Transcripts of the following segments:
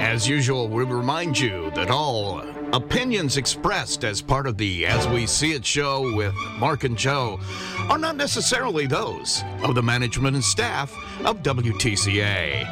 As usual, we remind you that all opinions expressed as part of the As We See It show with Mark and Joe are not necessarily those of the management and staff of WTCA.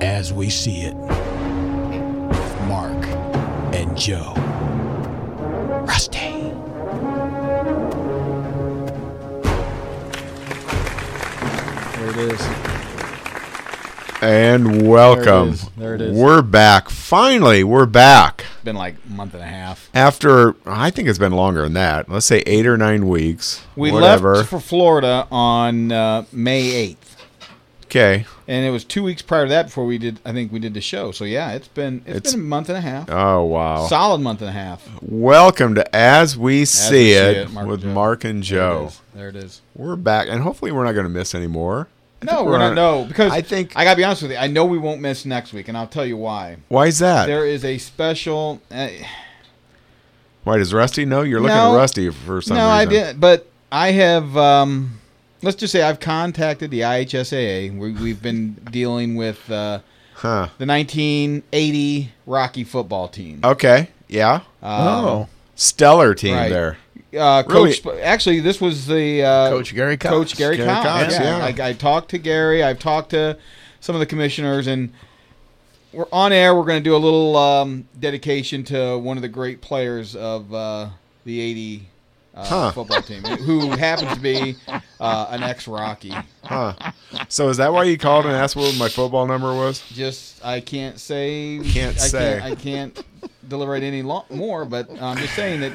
as we see it. Mark and Joe. Rusty. There it is. And welcome. is. There it is. We're back. Finally, we're back. Been like a month and a half. After I think it's been longer than that. Let's say eight or nine weeks. We whatever. left for Florida on uh, May 8th. okay. And it was two weeks prior to that before we did, I think we did the show. So yeah, it's been it's It's- been a month and a half. Oh wow. Solid month and a half. There welcome to As We We See, See it, It, Mark with and Joe. Mark and it Joe. is. There it is. We're back, and hopefully we're not going to miss any more. I No, think we're not. on- No, because I think. I gotta be honest with you. I know we won't miss next week, and I'll tell you why. why is that? There is a special. Uh, why does Rusty know? You're looking No. at Rusty for some no, reason. I didn't. But I have. Um, let's just say I've contacted the IHSAA. We, we've been dealing with uh, Huh. the 1980 Rocky football team. Okay. Yeah. Oh. Stellar team Right. there. Uh, Really? coach, actually, this was the uh, Coach Gary Cox. Coach Gary, Gary Cox. Cox, yeah, yeah. I, I talked to Gary. I've talked to some of the commissioners, and we're on air. We're going to do a little um, dedication to one of the great players of uh, the '80 uh, Huh. football team, who happens to be uh, an ex-Rocky. Huh. So is that why you called and asked what my football number was? Just I can't say. Can't I say. Can't, I can't deliberate any lo- more, but I'm just saying that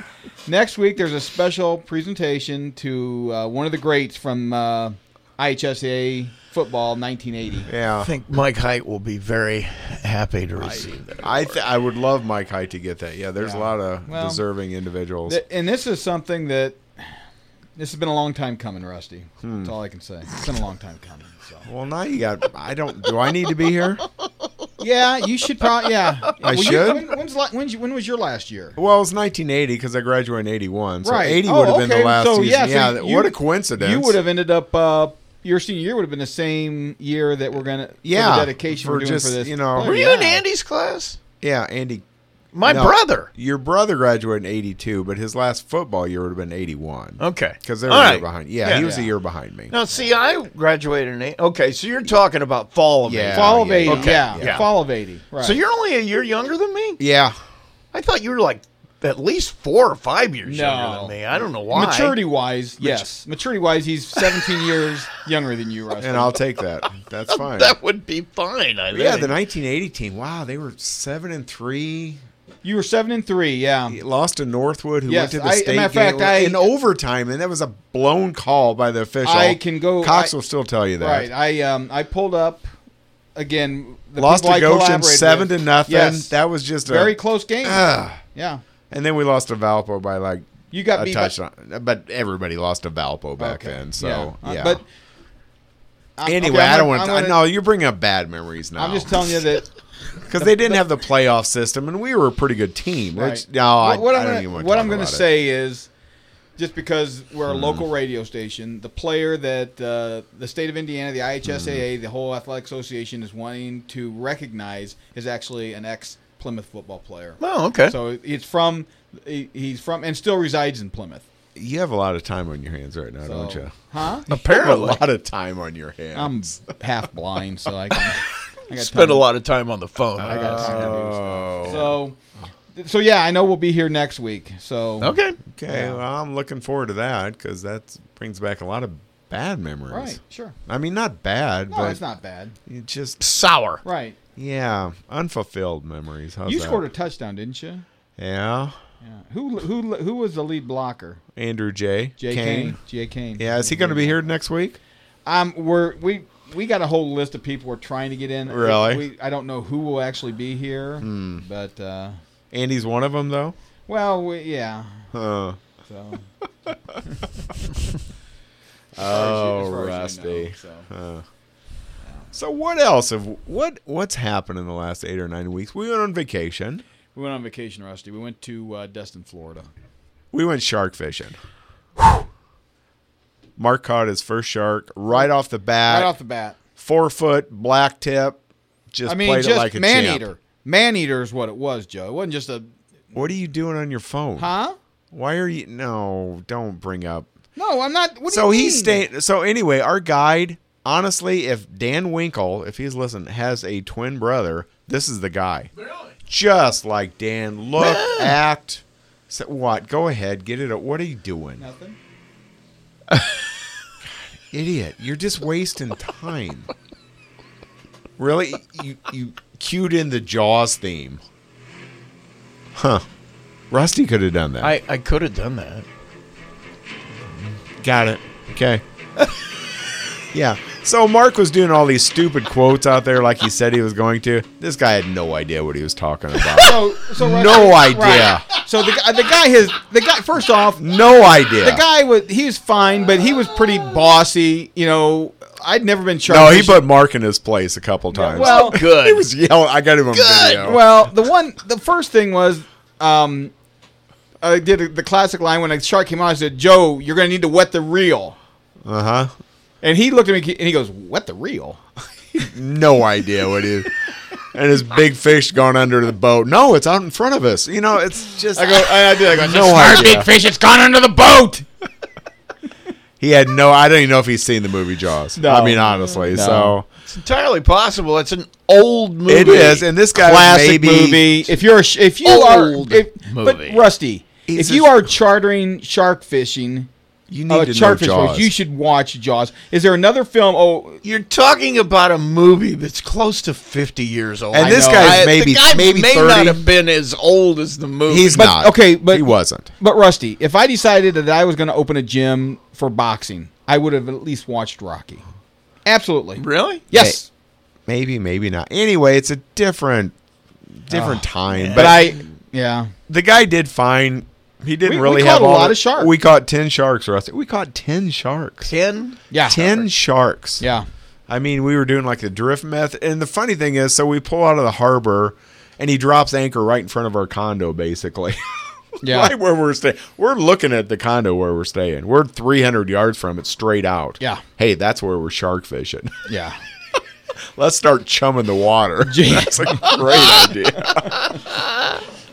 next week there's a special presentation to uh, one of the greats from uh, IHSA football 1980. Yeah. I think Mike Height will be very happy to receive that. I th- I would love Mike Height to get that. Yeah, there's Yeah. a lot of Well, deserving individuals. Th- And this is something that this has been a long time coming, Rusty. Hmm. That's all I can say. It's been a long time coming. So. well, now you got. I don't. Do I need to be here? Yeah, you should probably. Yeah, Well, you- should? when, when's, la- when's, when was your last year? Well, it's 1980 because I graduated in 81. So Right. 80 Oh, would have been okay. the last So, season. yeah, Yeah. so that- you- what a coincidence. You would have ended up. Uh, your senior year would have been the same year that we're gonna for the Yeah, dedication for we're doing just, for this. you know- player. Were Were you in Yeah. Andy's class? Yeah, Andy. My No. brother. Your brother graduated in 82, but his last football year would have been 81. Okay. Because they were All a year right. behind. Yeah, Yeah. he was a Yeah. year behind me. Now, see, I graduated in eight. Okay, so you're talking about fall of Yeah. Fall of yeah, eighty, okay, yeah. yeah. Fall of eighty. Right. eight. So you're only a year younger than me? Yeah. I thought you were like at least four or five years No. younger than me. I don't know why. maturity wise, yes. Maturity wise, he's seventeen years younger than you, Rusty. And I'll take that. That's fine. That would be fine, I think. yeah, the 1980 team. Wow, they were 7 and 3. you were seven and three, yeah. lost to Northwood, who Yes, went to I- the state matter of game fact, I- uh, in overtime, and that was a blown call by the official. I can go- Cox I- will still tell you that. Right. I um I pulled up again. The lost people to I Goshen collaborated seven with. to nothing. Yes. That was just a Ah. very close game. Ugh. yeah. and then we lost to Valpo by like You got a beat by- touchdown. but everybody lost to Valpo back Okay. then. So Uh, yeah. But I- anyway, okay, I'm I don't gonna- want. I'm to gonna- No, you're bringing up bad memories now. I'm just telling you that because they didn't have the playoff system, and we were a pretty good team. Right. Which, no, I, What- what I I'm don't gonna- even want to what talk I'm gonna about it. Hmm. say is, just because we're a local radio station, the player that uh, the state of Indiana, the IHSAA, Hmm. the whole athletic association is wanting to recognize is actually an ex Plymouth football player. Oh, okay. So it's from he- he's from and still resides in Plymouth. you have a lot of time on your hands right now, So, don't you? Huh? Apparently. a lot of time on your hands. I'm half blind, so I can. I got Spent a time- lot of time on the phone. I got time to do stuff. Oh. So, so yeah, I know we'll be here next week. So okay. okay, well, I'm looking forward to that because that brings back a lot of bad memories. right, sure. I mean, not bad, No, but it's not bad. It just Sour. Right. yeah, unfulfilled memories. How's You that? scored a touchdown, didn't you? yeah. Yeah. Who who who was the lead blocker? Andrew J. Jay Kane. Jay Kane. Yeah, is he going to be here next week? Um, we're we we got a whole list of people we're trying to get in. Really? Hmm. We, I don't know who will actually be here, but uh, Andy's one of them, though. well, we, yeah. Huh. So. Oh, As far as you- as far as you Oh, Rusty. know, so. Huh. So what else have what what's happened in the last eight or nine weeks? We went on vacation. We went on vacation, Rusty. We went to uh, Destin, Florida. We went shark fishing. Mark caught his first shark right off the bat. Right off the bat. four foot black tip. Just I mean, played just it like a man champ. eater. Man eater is what it was, Joe. It wasn't just a What are you doing on your phone? huh. Why are you? No, don't bring up. No, I'm not. What do So you he's mean? staying. So anyway, our guide. Honestly, if Dan Winkle, if he's listening, has a twin brother, this is the guy. Just like Dan, look, act. So what? Go ahead, get it. up. What are you doing, Nothing. idiot? You're just wasting time. really, you you cued in the Jaws theme, huh? Rusty could have done that. I, I could have done that. Got it. Okay. yeah. So Mark was doing all these stupid quotes out there like he said he was going to. This guy had no idea what he was talking about. So, so Rusty- no idea. Right. So the guy- the guy has the guy. First off, No idea. The guy was he was fine, but he was pretty bossy. You know, I'd never been shark. no, he fishing. put Mark in his place a couple times. well, Good. he was yelling. I got him on video. well, the one the first thing was um, I did the classic line when a shark came out. I said, "Joe, you're gonna need to wet the reel," uh huh. and he looked at me and he goes, "Wet the reel." No idea what he. And his big fish gone under the boat. No, it's out in front of us. You know, it's just. I go. I, I did. I go. No idea. fish, it's gone under the boat. He had no. I don't even know if he's seen the movie Jaws. No. I mean, honestly. So It's entirely possible. It's an old movie. It is, and this guy Classic maybe, movie. If you're a sh- if you Old are if, but movie. Rusty, He's if you a- are chartering shark fishing. You Uh, need to know shark fishing, Jaws. you should watch Jaws. Is there another film? Oh, You're talking about a movie that's close to 50 years old. And I this know. guy's I- maybe- the guy maybe may 30. not have been as old as the movie. He's But- not. okay, but- he wasn't. But Rusty, if I decided that I was going to open a gym for boxing, I would have at least watched Rocky. Absolutely. really? Yes. Maybe, maybe not. Anyway, it's a different, different Oh, time. But But I yeah. the guy did fine. He didn't We- we really caught have a all lot the- of sharks. We caught ten sharks, Rusty. We caught ten sharks. 10? Yeah. Ten sharks. Yeah. I mean, we were doing like the drift method. And the funny thing is, so we pull out of the harbor, and he drops anchor right in front of our condo, basically. Yeah. right where we're staying. We're looking at the condo where we're staying. We're 300 yards from it, straight out. Yeah. Hey, that's where we're shark fishing. Yeah. Let's start chumming the water. that's a great idea.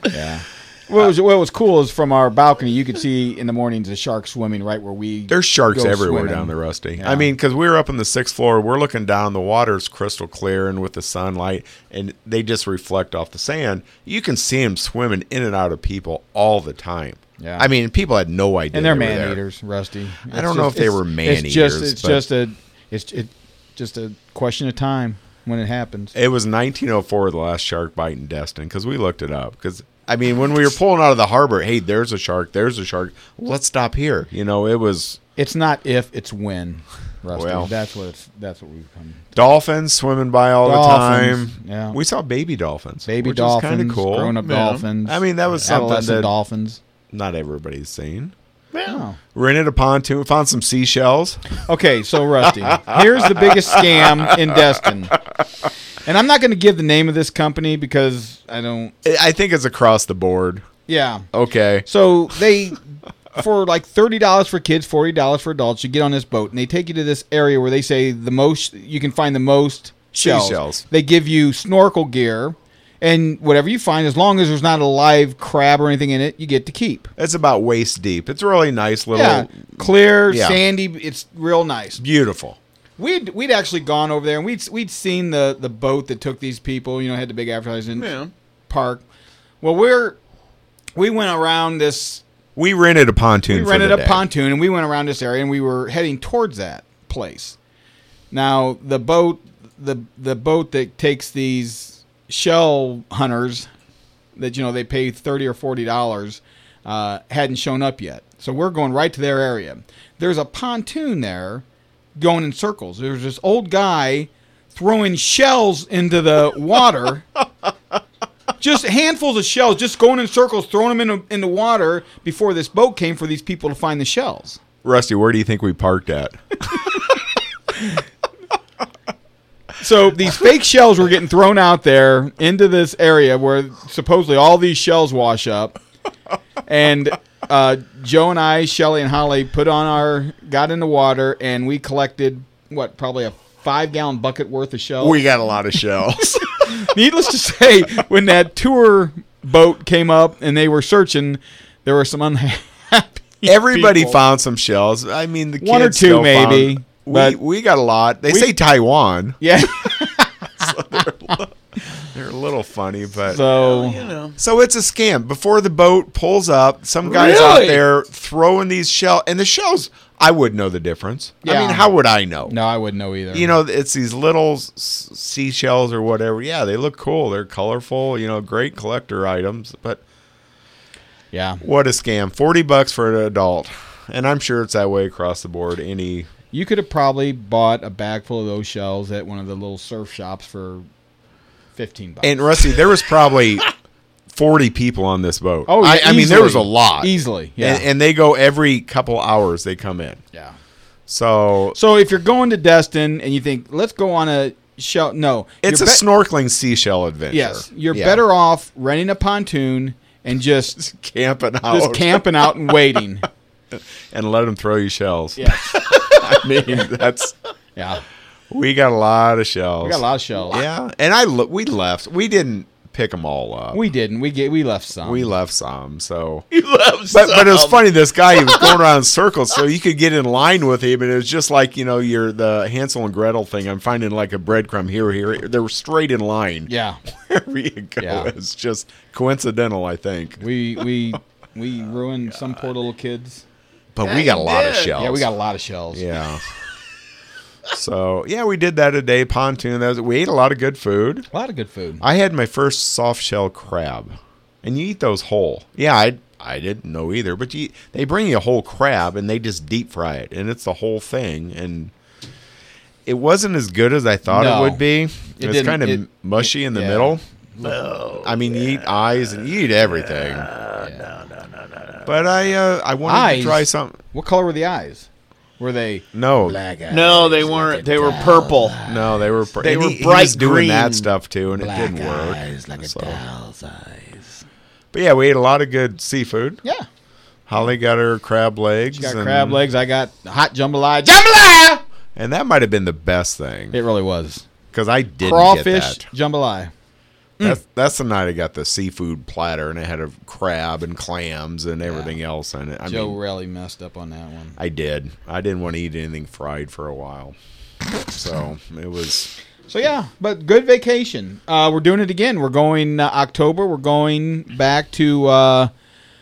What was, what was cool is from our balcony, you could see in the mornings the sharks swimming right where we. There's sharks go everywhere swimming. down there, Rusty. I mean, because we were up on the sixth floor, we're looking down. The water's crystal clear and with the sunlight, and they just reflect off the sand. You can see them swimming in and out of people all the time. Yeah. I mean, people had no idea. And they're they were there. man eaters, Rusty. It's don't know if they it's- were It's just man-eaters, it's but- just a it's it, just a question of time when it happens. It was 1904, the last shark bite in Destin, because we looked it up. Because I mean, when we were pulling out of the harbor, hey, there's a shark, there's a shark. Let's stop here. You know, it was It's not if, it's when, Rusty. Well. that's what it's, that's what we've come. dolphins swimming by all Dolphins, the time. yeah. we saw baby dolphins. Baby which was dolphins, kinda cool. grown up Yeah. dolphins. I mean, that was something adolescent that dolphins. not everybody's seen. Oh. Rented a pontoon, found some seashells. Okay, so Rusty, here's the biggest scam in Destin, and I'm not going to give the name of this company because I don't. I I think it's across the board. Yeah. Okay, So they, for like thirty dollars for kids, forty dollars for adults, you get on this boat and they take you to this area where they say the most you can find the most shells. Seashells. They give you snorkel gear, and whatever you find, as long as there's not a live crab or anything in it, you get to keep. it's about waist deep. It's a really nice little, Yeah, clear, Yeah. sandy. It's real nice. beautiful. We'd we'd actually gone over there and we'd we'd seen the the boat that took these people. You know, had the big advertising Yeah. park. Well, we're we went around this. We rented a pontoon. We for rented the a day. pontoon and we went around this area and we were heading towards that place. Now the boat the the boat that takes these shell hunters that you know they pay thirty or forty dollars uh, hadn't shown up yet. So we're going right to their area. There's a pontoon there going in circles. There's this old guy throwing shells into the water. just handfuls of shells, just going in circles, throwing them in, the- in the water before this boat came for these people to find the shells. Rusty, where do you think we parked at? So these fake shells were getting thrown out there into this area where supposedly all these shells wash up. And uh, Joe and I, Shelly and Holly, put on our got in the water and we collected what probably a five gallon bucket worth of shells. We got a lot of shells. Needless to say, when that tour boat came up and they were searching, there were some unhappy. Everybody people. found some shells. I mean, the kids One or two still found- maybe, we, but- we got a lot. They say Taiwan. Yeah. They're a little funny, but so, So it's a scam. Before the boat pulls up, some guys out Really? there throwing these shells, and the shells. I would know the difference. I Yeah. mean, how would I know? no, I wouldn't know either. You know, it's these little s- seashells or whatever. Yeah, they look cool. They're colorful. You know, great collector items. But Yeah. what a scam! Forty bucks for an adult, and I'm sure it's that way across the board. Any You could have probably bought a bag full of those shells at one of the little surf shops for fifteen bucks. And Rusty, there was probably 40 people on this boat. Oh, I, yeah, I mean, there easily. was a lot. Easily, yeah. And, and they go every couple hours, they come in. yeah. So So if you're going to Destin and you think let's go on a shell, no, it's you're be- a snorkeling seashell adventure. Yes, you're Yeah. better off renting a pontoon and just camping out just camping out and waiting. and let them throw you shells. Yeah, I mean, that's yeah. we got a lot of shells. We got a lot of shells. Yeah. And I lo- we left. We didn't pick them all up. We didn't. We get we left some. we left some. So You love But, but it was funny. This guy he was going around in circles, so you could get in line with him, and it was just like you know your the Hansel and Gretel thing. I'm finding like a breadcrumb here, here. here. They were straight in line. yeah. wherever you go, Yeah. it's just coincidental, I think. We we we ruined some poor little kids. But we got a lot of Yeah, we shells. Yeah, we got a lot of shells. Yeah. so yeah, we did that a day pontoon. That was we ate a lot of good food. A lot of good food. I had my first soft shell crab, and you eat those whole. Yeah, I I didn't know either, but you, they bring you a whole crab and they just deep fry it, and it's the whole thing. And it wasn't as good as I thought No. it would be. it's didn't- kind it- of mushy in the yeah. middle. I mean, you eat eyes and you eat everything. Yeah. But I uh, I wanted to Eyes? try something. What color were the eyes? Were they? No, No, they weren't. They were purple. no, they were pr- They and were he- he bright was doing green. that stuff too, and it didn't work. Eyes like a So- doll's eyes. But yeah, we ate a lot of good seafood. Yeah. Holly got her crab legs. You got and- crab legs. I got hot jambalaya. Jambalaya. And that might have been the best thing It really was because I didn't crawfish Mm. get that. jambalaya. That's, that's the night I got the seafood platter and it had a crab and clams and everything else in it. I Joe mean, really messed up on that one. I did. I didn't want to eat anything fried for a while, so it was. So yeah, but good vacation. Uh, we're doing it again. We're going uh, October. We're going back to uh,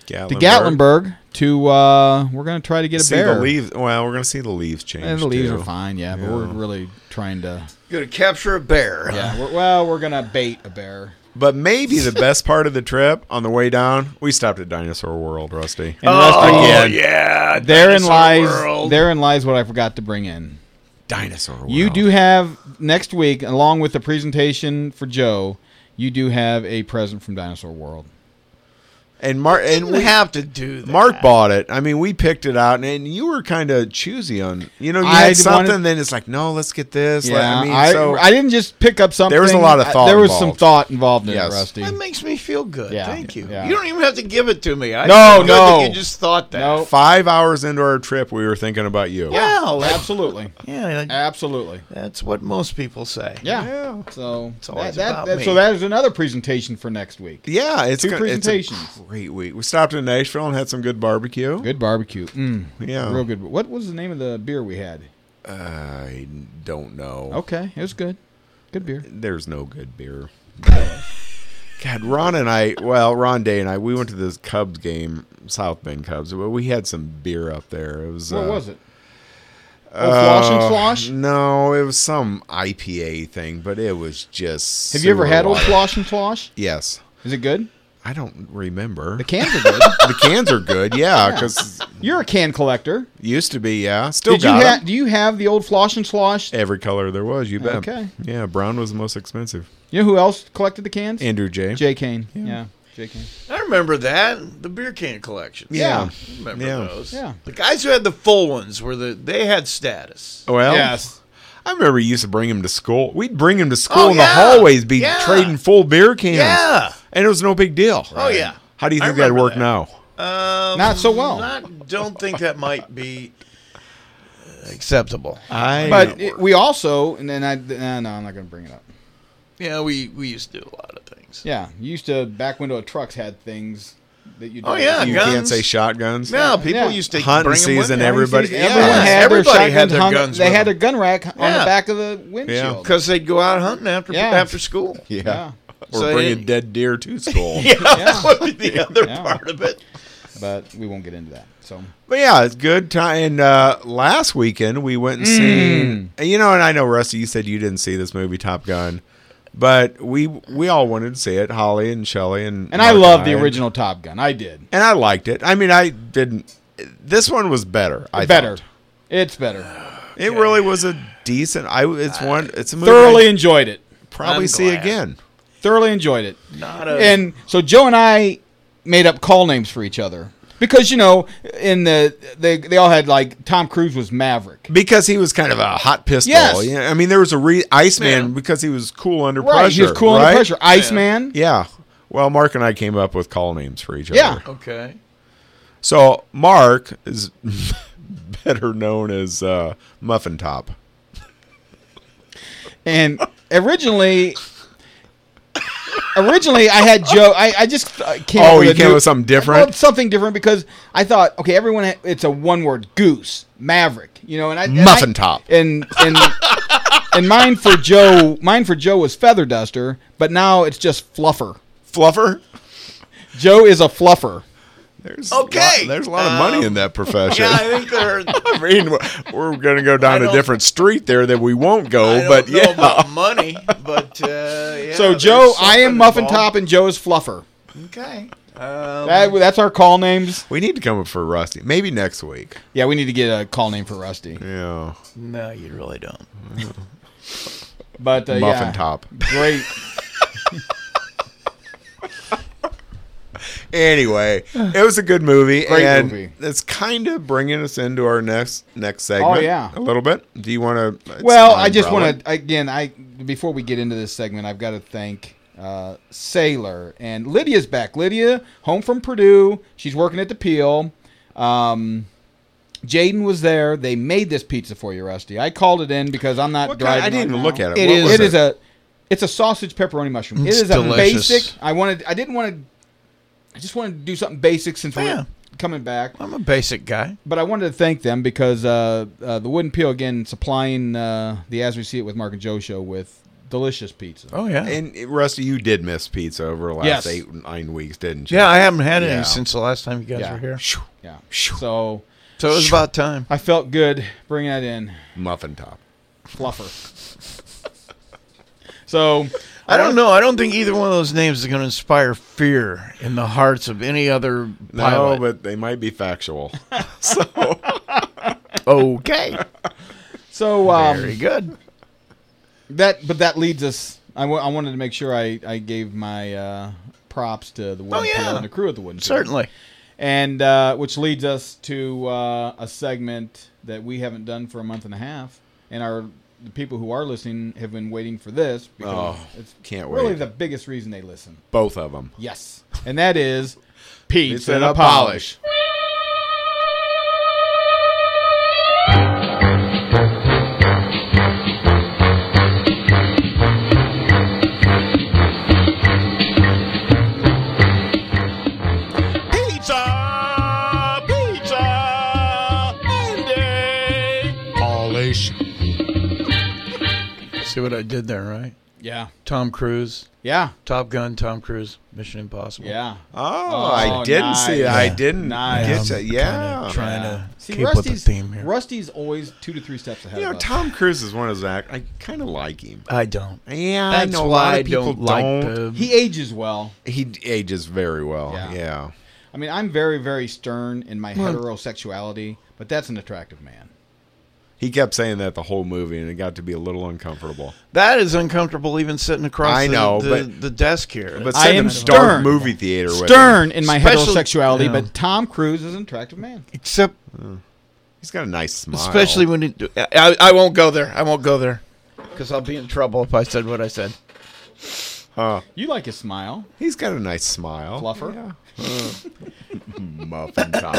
Gatlinburg. to Gatlinburg to. Uh, we're gonna try to get a See bear. the leaves. Well, we're gonna see the leaves change. And the leaves too. are fine, yeah, but we're really trying to. Gonna capture a bear. Yeah, Uh, we're, well, we're gonna bait a bear. But maybe the best part of the trip on the way down, we stopped at Dinosaur World, Rusty. And Oh oh, yeah. therein Dinosaur lies World. therein lies what I forgot to bring in. Dinosaur World. You do have next week, along with the presentation for Joe, you do have a present from Dinosaur World. and Mark and Didn't we have to do that. Mark bought it. I mean, we picked it out, and, and you were kind of choosy on. You know, you I had something, wanted- then it's like, no, let's get this. let- Yeah, I, I mean, so I didn't just pick up something. There was a lot of I- thought there was some involved. thought involved in Yes. it, Rusty. That makes me feel good. Yeah, Thank you. yeah. You don't even have to give it to me. I No, feel good that no. You just thought that. No. five hours into our trip, we were thinking about you. Wow. that- absolutely, yeah. that- absolutely. That's what most people say. Yeah. Yeah. So all that, it's that, about that- me. so that is another presentation for next week. Yeah, it's Two go- it's a presentations. great week. We stopped in Nashville and had some good barbecue. Good barbecue. Mm, Yeah, Real good. What was the name of the beer we had? I don't know. Okay, it was good. Good beer. there's no good beer. God, Ron and I, well, Ron Day and I, we went to this Cubs game, South Bend Cubs. Well, we had some beer up there. It was What uh, was it? Oh, Flosh and uh, Flosh? No, it was some IPA thing, but it was just. Have you ever sewer had old water. Flosh and Flosh? Yes, Is it good? I don't remember. The cans are good. The cans are good, yeah, because You're a can collector. used to be, yeah. Still Did you got 'em. ha- do you have the old Flosh and Flosh? every color there was. You bet. Okay. Yeah, brown was the most expensive. You know who else collected the cans? Andrew J. J. Kane. Yeah. J. Kane. I remember that. The beer can collection. Yeah. I remember Yeah. those. Yeah. The guys who had the full ones were the they had status. Well, I remember you used to bring him to school. We'd bring him to school Oh, in yeah. the hallways, be Yeah. trading full beer cans. Yeah. And it was no big deal. Oh, yeah. How do you I think that'd remember work that. now? Not so Um, well. Not, don't think that might be acceptable. I But it- we also, and then I, uh, no, I'm not going to bring it up. Yeah, we, we used to do a lot of things. Yeah, you used to back window of trucks had things that you. Oh, yeah, you you, guns. can't say shotguns. No, people Yeah. used to Hunting bring 'em with season, them. everybody. Yeah. everyone Yeah. had Everybody their had shotgun their hung- guns They with had them. a gun rack on Yeah. the back of the windshield. because they'd go out hunting after Yeah. after school. Yeah. Yeah. Or So bring a it- dead deer to school. Yeah, that would be the other Yeah. part of it. but we won't get into that. So But yeah, it's good time. And uh, last weekend we went and seen. Mm. You know, and I know Rusty, you said you didn't see this movie Top Gun, but we we all wanted to see it. Holly and Shelley and and I Mark love the and- original Top Gun. I did and I liked it. I mean, I didn't. This one was better. I better. thought. It's better. It really was a decent. I it's one. It's a movie Thoroughly I'd enjoyed it. probably Uh, I'm see glad. again. Thoroughly enjoyed it. Not Uh, a and so Joe and I made up call names for each other because you know in the they they all had like Tom Cruise was Maverick. Because he was kind of a hot pistol. Yes. Yeah, I mean, there was a re- Iceman Yeah. because he was cool under Right, pressure. he was cool right? under pressure. Iceman. Yeah. Well, Mark and I came up with call names for each Yeah. other. okay. So Mark is better known as uh, Muffin Top. And originally, originally I had Joe. I, I just uh, came. Oh, up with you a came new- up with something different? Well, something different because I thought, okay, everyone, ha- it's a one word goose, maverick, you know, and I and Muffin I- top. and and and mine for Joe, mine for Joe was feather duster, but now it's just fluffer. Fluffer? Joe is a fluffer. There's Okay. Oh, A lot, there's a lot of money in that profession. Yeah, I think there. I mean, we're- we're going to go down a don't- different street there that we won't I go, don't Oh, but know yeah. about money, but uh, yeah, So there's Joe, I am something muffin involved. top, and Joe is fluffer. Okay. Um, That, that's our call names. we need to come up for Rusty. Maybe next week. Yeah, we need to get a call name for Rusty. Yeah. no, you really don't. But uh, Muffin yeah, Top. great. Anyway, it was a good movie, Great and movie. it's kind of bringing us into our next next segment. Oh, yeah. a little bit. Do you want to? Well, I just want to again. I before we get into this segment, I've got to thank uh, Sailor and Lydia's back. Lydia, home from Purdue, she's working at the Peel. Um, Jaden was there. They made this pizza for you, Rusty. I called it in because I'm not What kind- driving. I didn't right even now. look at it. It What is. was it is it? a. It's a sausage pepperoni mushroom. It's it is a delicious. basic. I wanted. I didn't want to. I just wanted to do something basic since Yeah. we're coming back I'm a basic guy. but I wanted to thank them because uh, uh, the Wooden Peel again supplying uh, the As We See It with Mark and Joe show with delicious pizza. Oh yeah. And Rusty, you did miss pizza over the last Yes. eight nine weeks, didn't you? yeah, I haven't had any Yeah. since the last time you guys Yeah. were here. Yeah. So So it was about time. I felt good bringing that in, Muffin Top. fluffer. so I don't know. I don't think either one of those names is going to inspire fear in the hearts of any other No, pilot. but they might be factual. okay, so very um, good. that but that leads us. I wa- I wanted to make sure I I gave my uh, props to the Wooden Oh, yeah. Peel and the crew at the Wooden Peel. Certainly. and uh, which leads us to uh, a segment that we haven't done for a month and a half, and our the people who are listening have been waiting for this because Oh, it's can't really wait. the biggest reason they listen. Both of them. Yes, and that is pizza It's and in a a polish. Pizza, pizza, Andy. Polish. See what I did there, right? Yeah, Tom Cruise, yeah, Top Gun, Tom Cruise, Mission Impossible. yeah. Oh, I didn't see. nice. I didn't Nice. get Yeah, that. I'm Yeah. kinda trying to Uh, See, keep with the Rusty's theme here. Rusty's always two to three steps ahead. You know, of us. Tom Cruise is one of those act. I kind of like him. I don't. Yeah, I That's know why a lot I of people don't, like the. he ages well. He d- ages very well. Yeah. Yeah. I mean, I'm very, very stern in my heterosexuality, but that's an attractive man. He kept saying that the whole movie, and it got to be a little uncomfortable. that is uncomfortable, even sitting across. I know, the, the, but- the desk here. But I sitting am in a dark stern. movie theater with him, Stern in my Special- heterosexuality, yeah. but Tom Cruise is an attractive man. except, he's got a nice smile. especially when he, I, I won't go there. I won't go there. because I'll be in trouble if I said what I said. You like his smile, He's got a nice smile. Fluffer. Muffin top.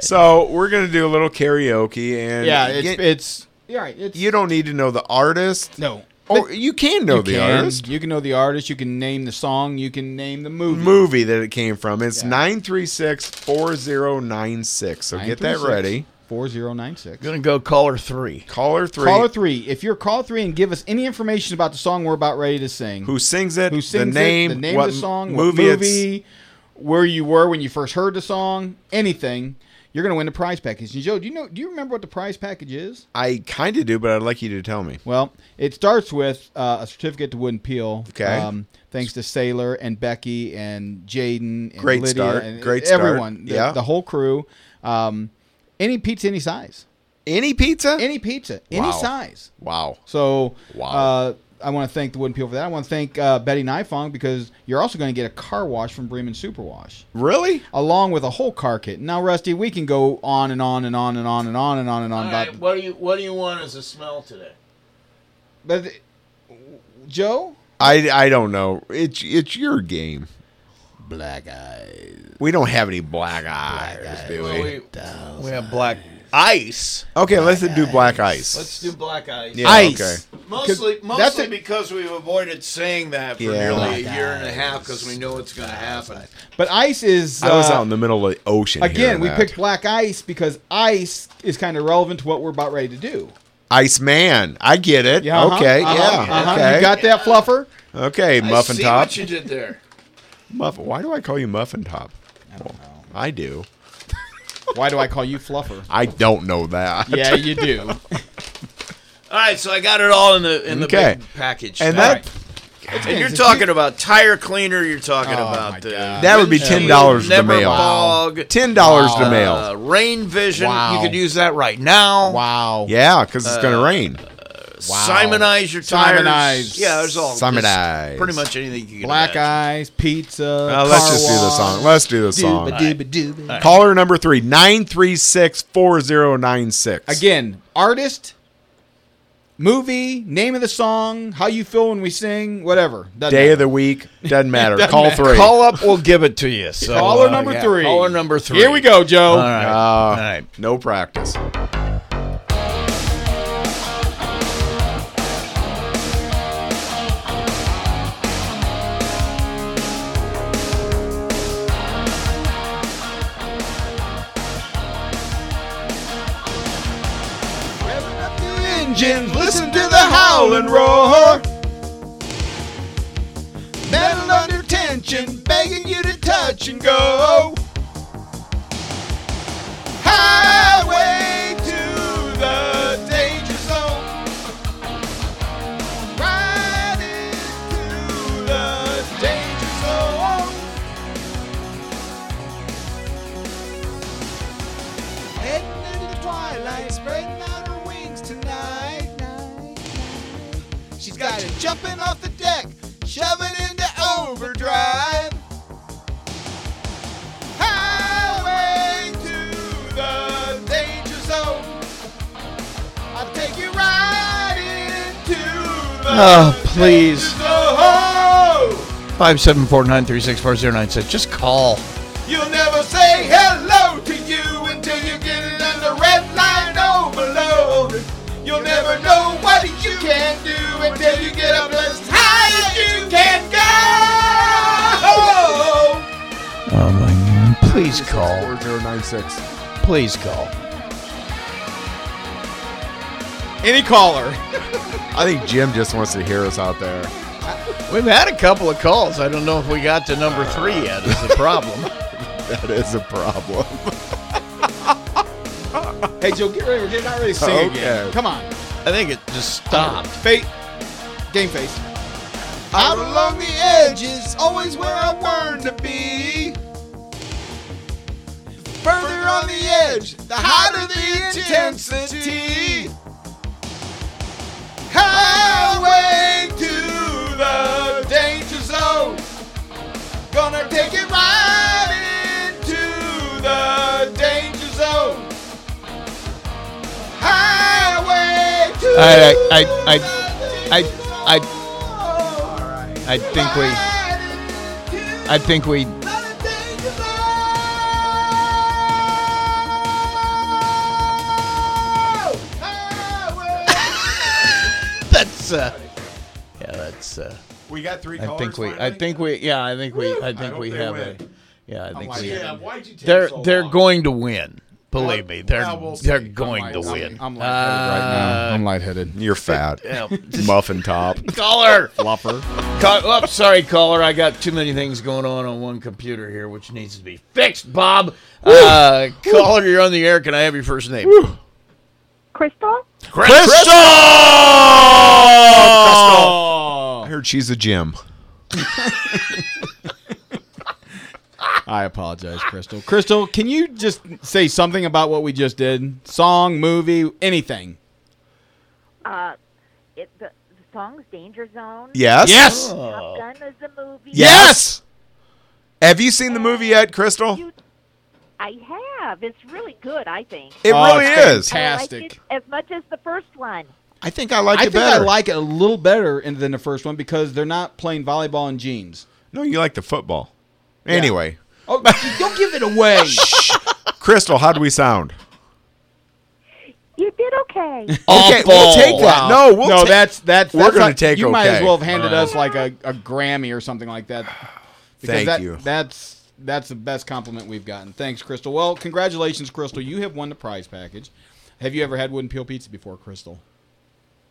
So we're gonna do a little karaoke and Yeah, it's get- it's yeah, right, it's you don't need to know the artist. no. Oh, you can know the can, artist. You can know the artist. You can name the song. You can name the movie. Movie that it came from. It's Yeah. nine three six four zero nine six. So get that ready. Four zero nine six. gonna go caller three. Caller three. Caller three. If you're caller three and give us any information about the song we're about ready to sing, Who sings it? who sings the name? it, the name what of the song, Movie. what it's- movie, where you were when you first heard the song, anything, you're gonna win the prize package. And Joe, do you know? Do you remember what the prize package is? I kind of do, but I'd like you to tell me. Well, it starts with uh, a certificate to Wood and Peel. um, Okay. thanks to Sailor and Becky and Jaden and Great Lydia start, and great start, everyone. the- yeah. The whole crew. Um, any pizza, any size. Any pizza? Any pizza, Wow. any size. wow. So Wow. uh, I want to thank the Wooden Peel for that. I want to thank uh, Betty Nifong because you're also going to get a car wash from Bremen Superwash Really? along with a whole car kit. Now, Rusty, we can go on and on and on and on and on and on and on about what do you What do you want as a smell today? but th- Joe? I, I don't know. It's it's your game. Black eyes. We don't have any black eyes, do we? We have black ice. okay, let's do black ice. Let's do black ice. yeah, Ice. Okay. Mostly, that's mostly a- because we've avoided saying that for Yeah. nearly a year and a half because we know it's going to happen. But ice is I was uh, out in the middle of the ocean. Again, hearing we that. picked black ice because ice is kind of relevant to what we're about ready to do. Iceman. I get it. Yeah. uh-huh, okay. uh-huh, yeah. uh-huh. Okay. You got that, Fluffer? okay. I Muffin see top. what you did there. Muff- Why do I call you muffin top? I don't know. I do. Why do I call you Fluffer? I don't know that. yeah, you do. All right, so I got it all in the in the Okay. big package. And now. that and you're talking about tire cleaner. You're talking Oh, about the that would be windshield, ten dollars to the never mail. Fog, Ten dollars to uh, mail. Rain vision. Wow. You could use that right now. Wow. Yeah, because it's Uh, gonna rain. Simonize your tires. Simonize. Yeah, there's all just Simonize. Pretty much anything you can. Black imagine. eyes, pizza. Uh, let's car just do the wash. song. Let's do the song. Dooba-dooba-dooba. Caller number three, 936 4096. Again, artist, movie, name of the song, how you feel when we sing, whatever. Doesn't Day of matter. the week, doesn't matter. Call three. Call up, we'll give it to you. So, Caller uh, number yeah, three. Caller number three. Here we go, Joe. All right. Uh, all right. No practice. Revving up your engines, listen to the howling roar. Metal under tension, begging you to touch and go. Highway to the danger zone. Ride into the danger zone. Heading into the twilight, spreading out her wings tonight. She's got it jumping off the deck, shoving into overdrive. Highway to the danger zone. I'll take you right into the Uh, Oh, please. danger zone. Five seven four nine three six four zero nine six. Just call. You'll never say hello to you until you get it under red line overload. You'll never know what you can do until you get up as high as you can go. Oh my God. Please call. 4096. Please call. Any caller. I think Jim just wants to hear us out there. We've had a couple of calls. I don't know if we got to number three yet. Is the problem? That is a problem. Hey Joe, get ready. We're getting out ready to sing Oh, again. Okay. Come on. I think it just stopped. Fate. Game face. Out along the edges, always where I want to be. Further on the edge, the hotter the intensity. Highway to the danger zone. Gonna take it right into the danger zone. Highway to I, I, I, I, I, I, I think we, I think we. that's uh, yeah, that's uh. We got three. I think we, I think we, yeah, I think we, I think hope we they have win. it. Yeah, I think we. Yeah, Oh why'd you take They're they're going to win. Believe me, they're well, we'll see. they're I'm going to light- win. I'm lightheaded right now. I'm lightheaded. You're fat. Yeah. Muffin top. Caller, Flopper. Call, oh, sorry, caller. I got too many things going on on one computer here, which needs to be fixed. Bob, uh, caller, you're on the air. Can I have your first name? Crystal? Crystal. I heard she's a gym. I apologize, Crystal. Crystal, can you just say something about what we just did? Song, movie, anything? It, the, the song's Danger Zone. Yes. Oh. Yes. Top Gun is a movie. Yes. Have you seen the movie yet, Crystal? You- I have. It's really good, I think. It Oh, really it's is. fantastic. I like it as much as the first one. I think I like I it think better. I like it a little better in- than the first one because they're not playing volleyball in jeans. no, you like the football. Anyway, Oh, don't give it away. Crystal, how do we sound? You did okay. Okay, we'll take that. No, we'll no, ta- that's that's we're that's gonna not- take You might as okay. well have handed us like a, a Grammy or something like that. Because Thank that, you. That's that's the best compliment we've gotten. Thanks, Crystal. Well, congratulations, Crystal. You have won the prize package. Have you ever had wooden peel pizza before, Crystal?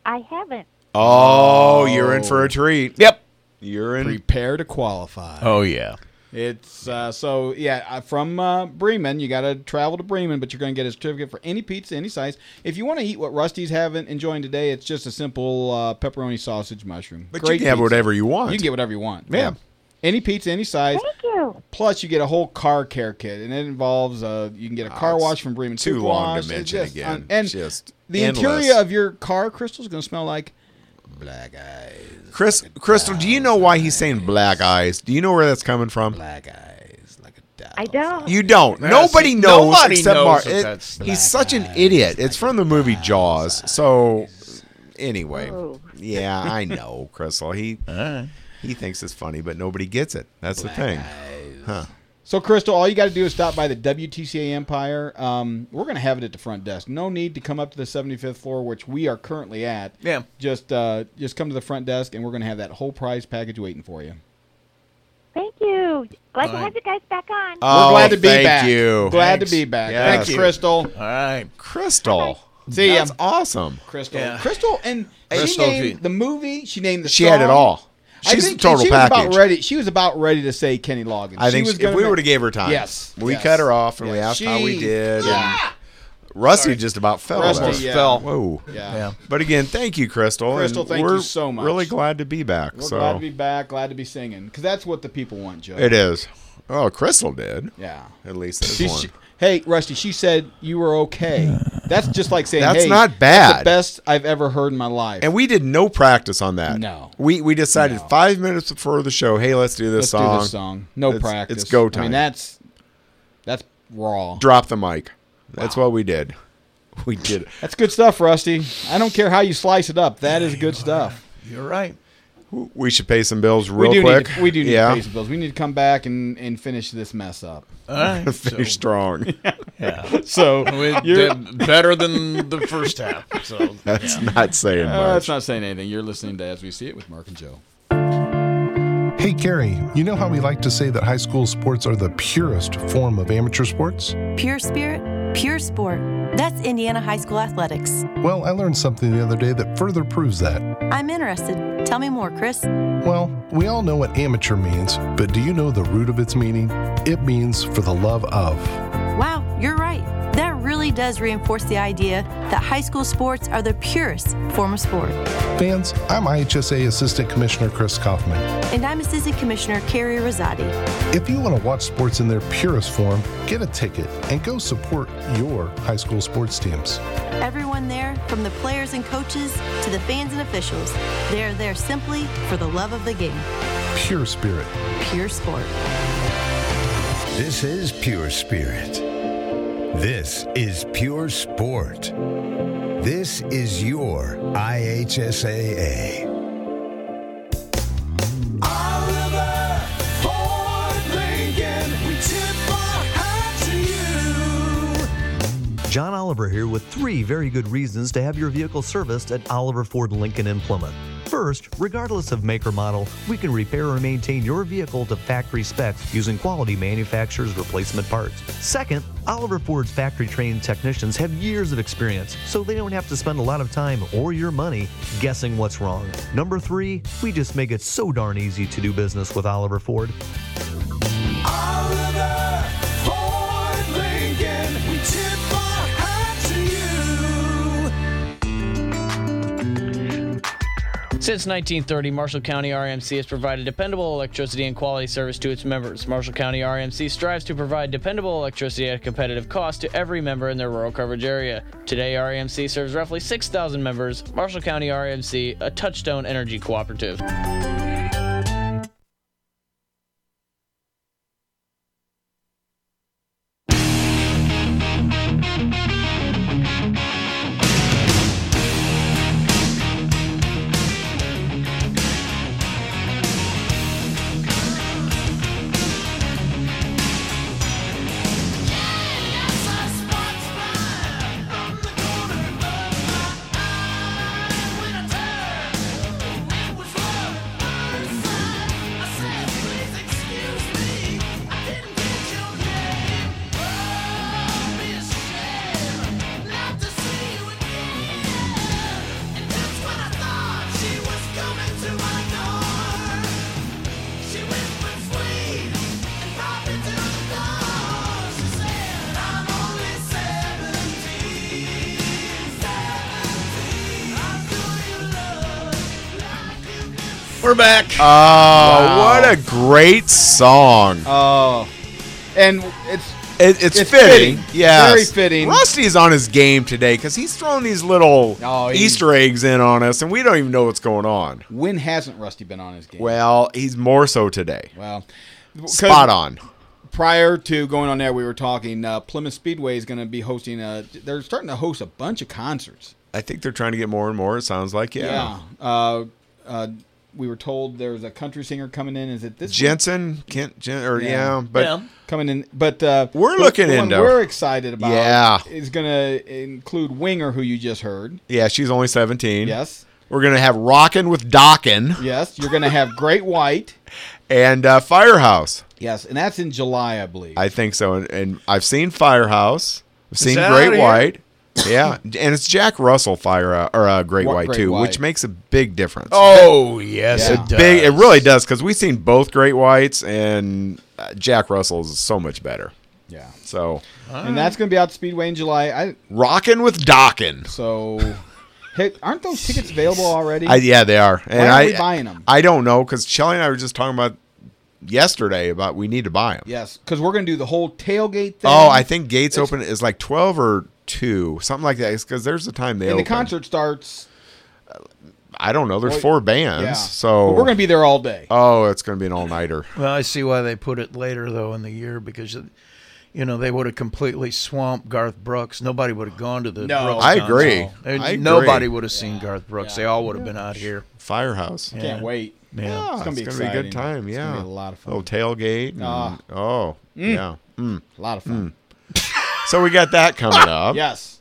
I haven't. Oh, you're in for a treat. Yep. You're in. Prepare to qualify. Oh yeah. It's uh, so yeah uh, from uh, Bremen. You got to travel to Bremen, but you're going to get a certificate for any pizza, any size. If you want to eat what Rusty's having enjoying today, it's just a simple uh, pepperoni sausage mushroom. But Great you can have pizza. whatever you want. You can get whatever you want. Yeah. Any pizza, any size. Thank you. Plus, you get a whole car care kit, and it involves uh, you can get a car Ah, it's wash from Bremen. too Super long to Wash. It's mention just again. un- and Just the endless. interior of your car, Crystal, is going to smell like black eyes, Chris, Crystal, do you know why he's saying black eyes? Do you know where that's coming from? black eyes, like a doll. I don't. You don't. nobody see, knows nobody except knows Mark. that It- that's he's such an idiot. It's from the movie Jaws. So anyway, Oh. yeah, I know, Crystal. He he thinks it's funny, but nobody gets it. That's the thing. So, Crystal, all you got to do is stop by the WTCA Empire. Um, we're going to have it at the front desk. No need to come up to the 75th floor, which we are currently at. Yeah. Just, uh, just come to the front desk, and we're going to have that whole prize package waiting for you. Thank you. Glad to have you guys back on. Oh, we're glad to be thank back. you. Glad Thanks. to be back. Yes. Thanks, Thank you. Crystal. All right. Crystal. See ya. that's awesome. Crystal. Yeah. Crystal, and she Crystal, named she- the movie. She named the She song. had it all. I She's think the total she was package. about ready. She was about ready to say Kenny Loggins. I think she was she- if gonna we make- would have gave her time, Yes, we yes. cut her off and we Yeah, asked how we she- did. and Rusty just about fell. Rusty, over. yeah. fell. Whoa. Yeah. Yeah. But again, thank you, Crystal. and Crystal, thank you we're so much. Really glad to be back. We're so glad to be back. Glad to be singing because that's what the people want, Joe. it is. Oh, Crystal did. Yeah. At least there's She, one. she- hey, Rusty, she said you were okay. That's just like saying That's hey, not that's bad. the best I've ever heard in my life. and we did no practice on that. No. We we decided five minutes before the show, hey, let's do Let's this song. do this song. No It's- practice. it's go I mean, time. that's that's raw. Drop the mic. That's what we did. We did it. That's good stuff, Rusty. I don't care how you slice it up. That is good stuff. You're right. We should pay some bills real we do quick. need to, we do need yeah. to pay some bills. We need to come back and, and finish this mess up. All right. Finish strong. Yeah. So uh, We you're, did better than the first half. So That's not saying Uh, much. that's not saying anything. You're listening to As We See It with Mark and Joe. Hey, Carrie, you know how we like to say that high school sports are the purest form of amateur sports? Pure spirit, pure sport. That's Indiana High School athletics. Well, I learned something the other day that further proves that. I'm interested. Tell me more, Chris. Well, we all know what amateur means, but do you know the root of its meaning? It means for the love of. Wow, you're right. That really does reinforce the idea that high school sports are the purest form of sport. Fans, I'm IHSA Assistant Commissioner Chris Kaufman. And I'm Assistant Commissioner Carrie Rosati. If you want to watch sports in their purest form, get a ticket and go support your high school sports teams. Everyone there, from the players and coaches to the fans and officials, they're there simply for the love of the game. Pure spirit. Pure sport. This is Pure Spirit. This is Pure Sport. This is your IHSAA. John Oliver here with three very good reasons to have your vehicle serviced at Oliver Ford Lincoln in Plymouth. First, regardless of make or model, we can repair or maintain your vehicle to factory specs using quality manufacturer's replacement parts. Second, Oliver Ford's factory trained technicians have years of experience, so they don't have to spend a lot of time or your money guessing what's wrong. Number three, we just make it so darn easy to do business with Oliver Ford. Since 1930, Marshall County RMC has provided dependable electricity and quality service to its members. Marshall County RMC strives to provide dependable electricity at a competitive cost to every member in their rural coverage area. Today, RMC serves roughly 6,000 members. Marshall County RMC, a touchstone energy cooperative. We're back. Oh, what a great song. Oh, and it's It, it's, It's fitting. fitting. Yes. Very fitting. Rusty's on his game today because he's throwing these little Oh, he- Easter eggs in on us, and we don't even know what's going on. when hasn't Rusty been on his game? Well, he's more so today. Well, Spot on. prior to going on there, we were talking. Uh, Plymouth Speedway is going to be hosting. A, they're starting to host a bunch of concerts. I think they're trying to get more and more. It sounds like, yeah. Yeah. Uh, uh, we were told there was a country singer coming in. Is it this week? Jensen, Kent, Jen, or yeah, but coming in. But uh, We're the- looking the one into- We're excited about. Yeah. Is going to include Winger, who you just heard. yeah, she's only seventeen. Yes. We're gonna have Rockin' with Dockin Yes, you're going to have Great White. and uh, Firehouse. Yes, and that's in July, I believe. I think so, and, and I've seen Firehouse. I've Is seen that out Great here? White. Yeah, and it's Jack Russell Fire uh, or uh, Great What White Great too, which White? makes a big difference. Oh, yes, It's it does. Big, it really does because we've seen both Great Whites and uh, Jack Russell's is so much better. Yeah. So and that's going to be out at Speedway in July. I rocking with docking. So, hey, aren't those tickets available already? I, yeah, they are. Why And are I, we buying them? I don't know because Shelly and I were just talking about yesterday about we need to buy them. Yes, because we're going to do the whole tailgate thing. Oh, I think gates open is like twelve or two, something like that. Because there's the time they and the open. concert starts. I don't know. There's Well, four bands, yeah. so But we're gonna be there all day. Oh, it's gonna be an all nighter. Well, I see why they put it later though in the year because, you know, they would have completely swamped Garth Brooks. Nobody would have gone to the. No. Brooks I concert. agree. There- I agree. Nobody would have seen Garth Brooks. They all would have been out here. Firehouse. Yeah. Can't wait. Yeah. it's it's going to be gonna be a good exciting. time. It's Yeah, Oh, gonna be a lot of fun. Little tailgate. and- Ah. oh, Mm. yeah, Mm. A lot of fun. Mm. so we got that coming Ah, up. Yes,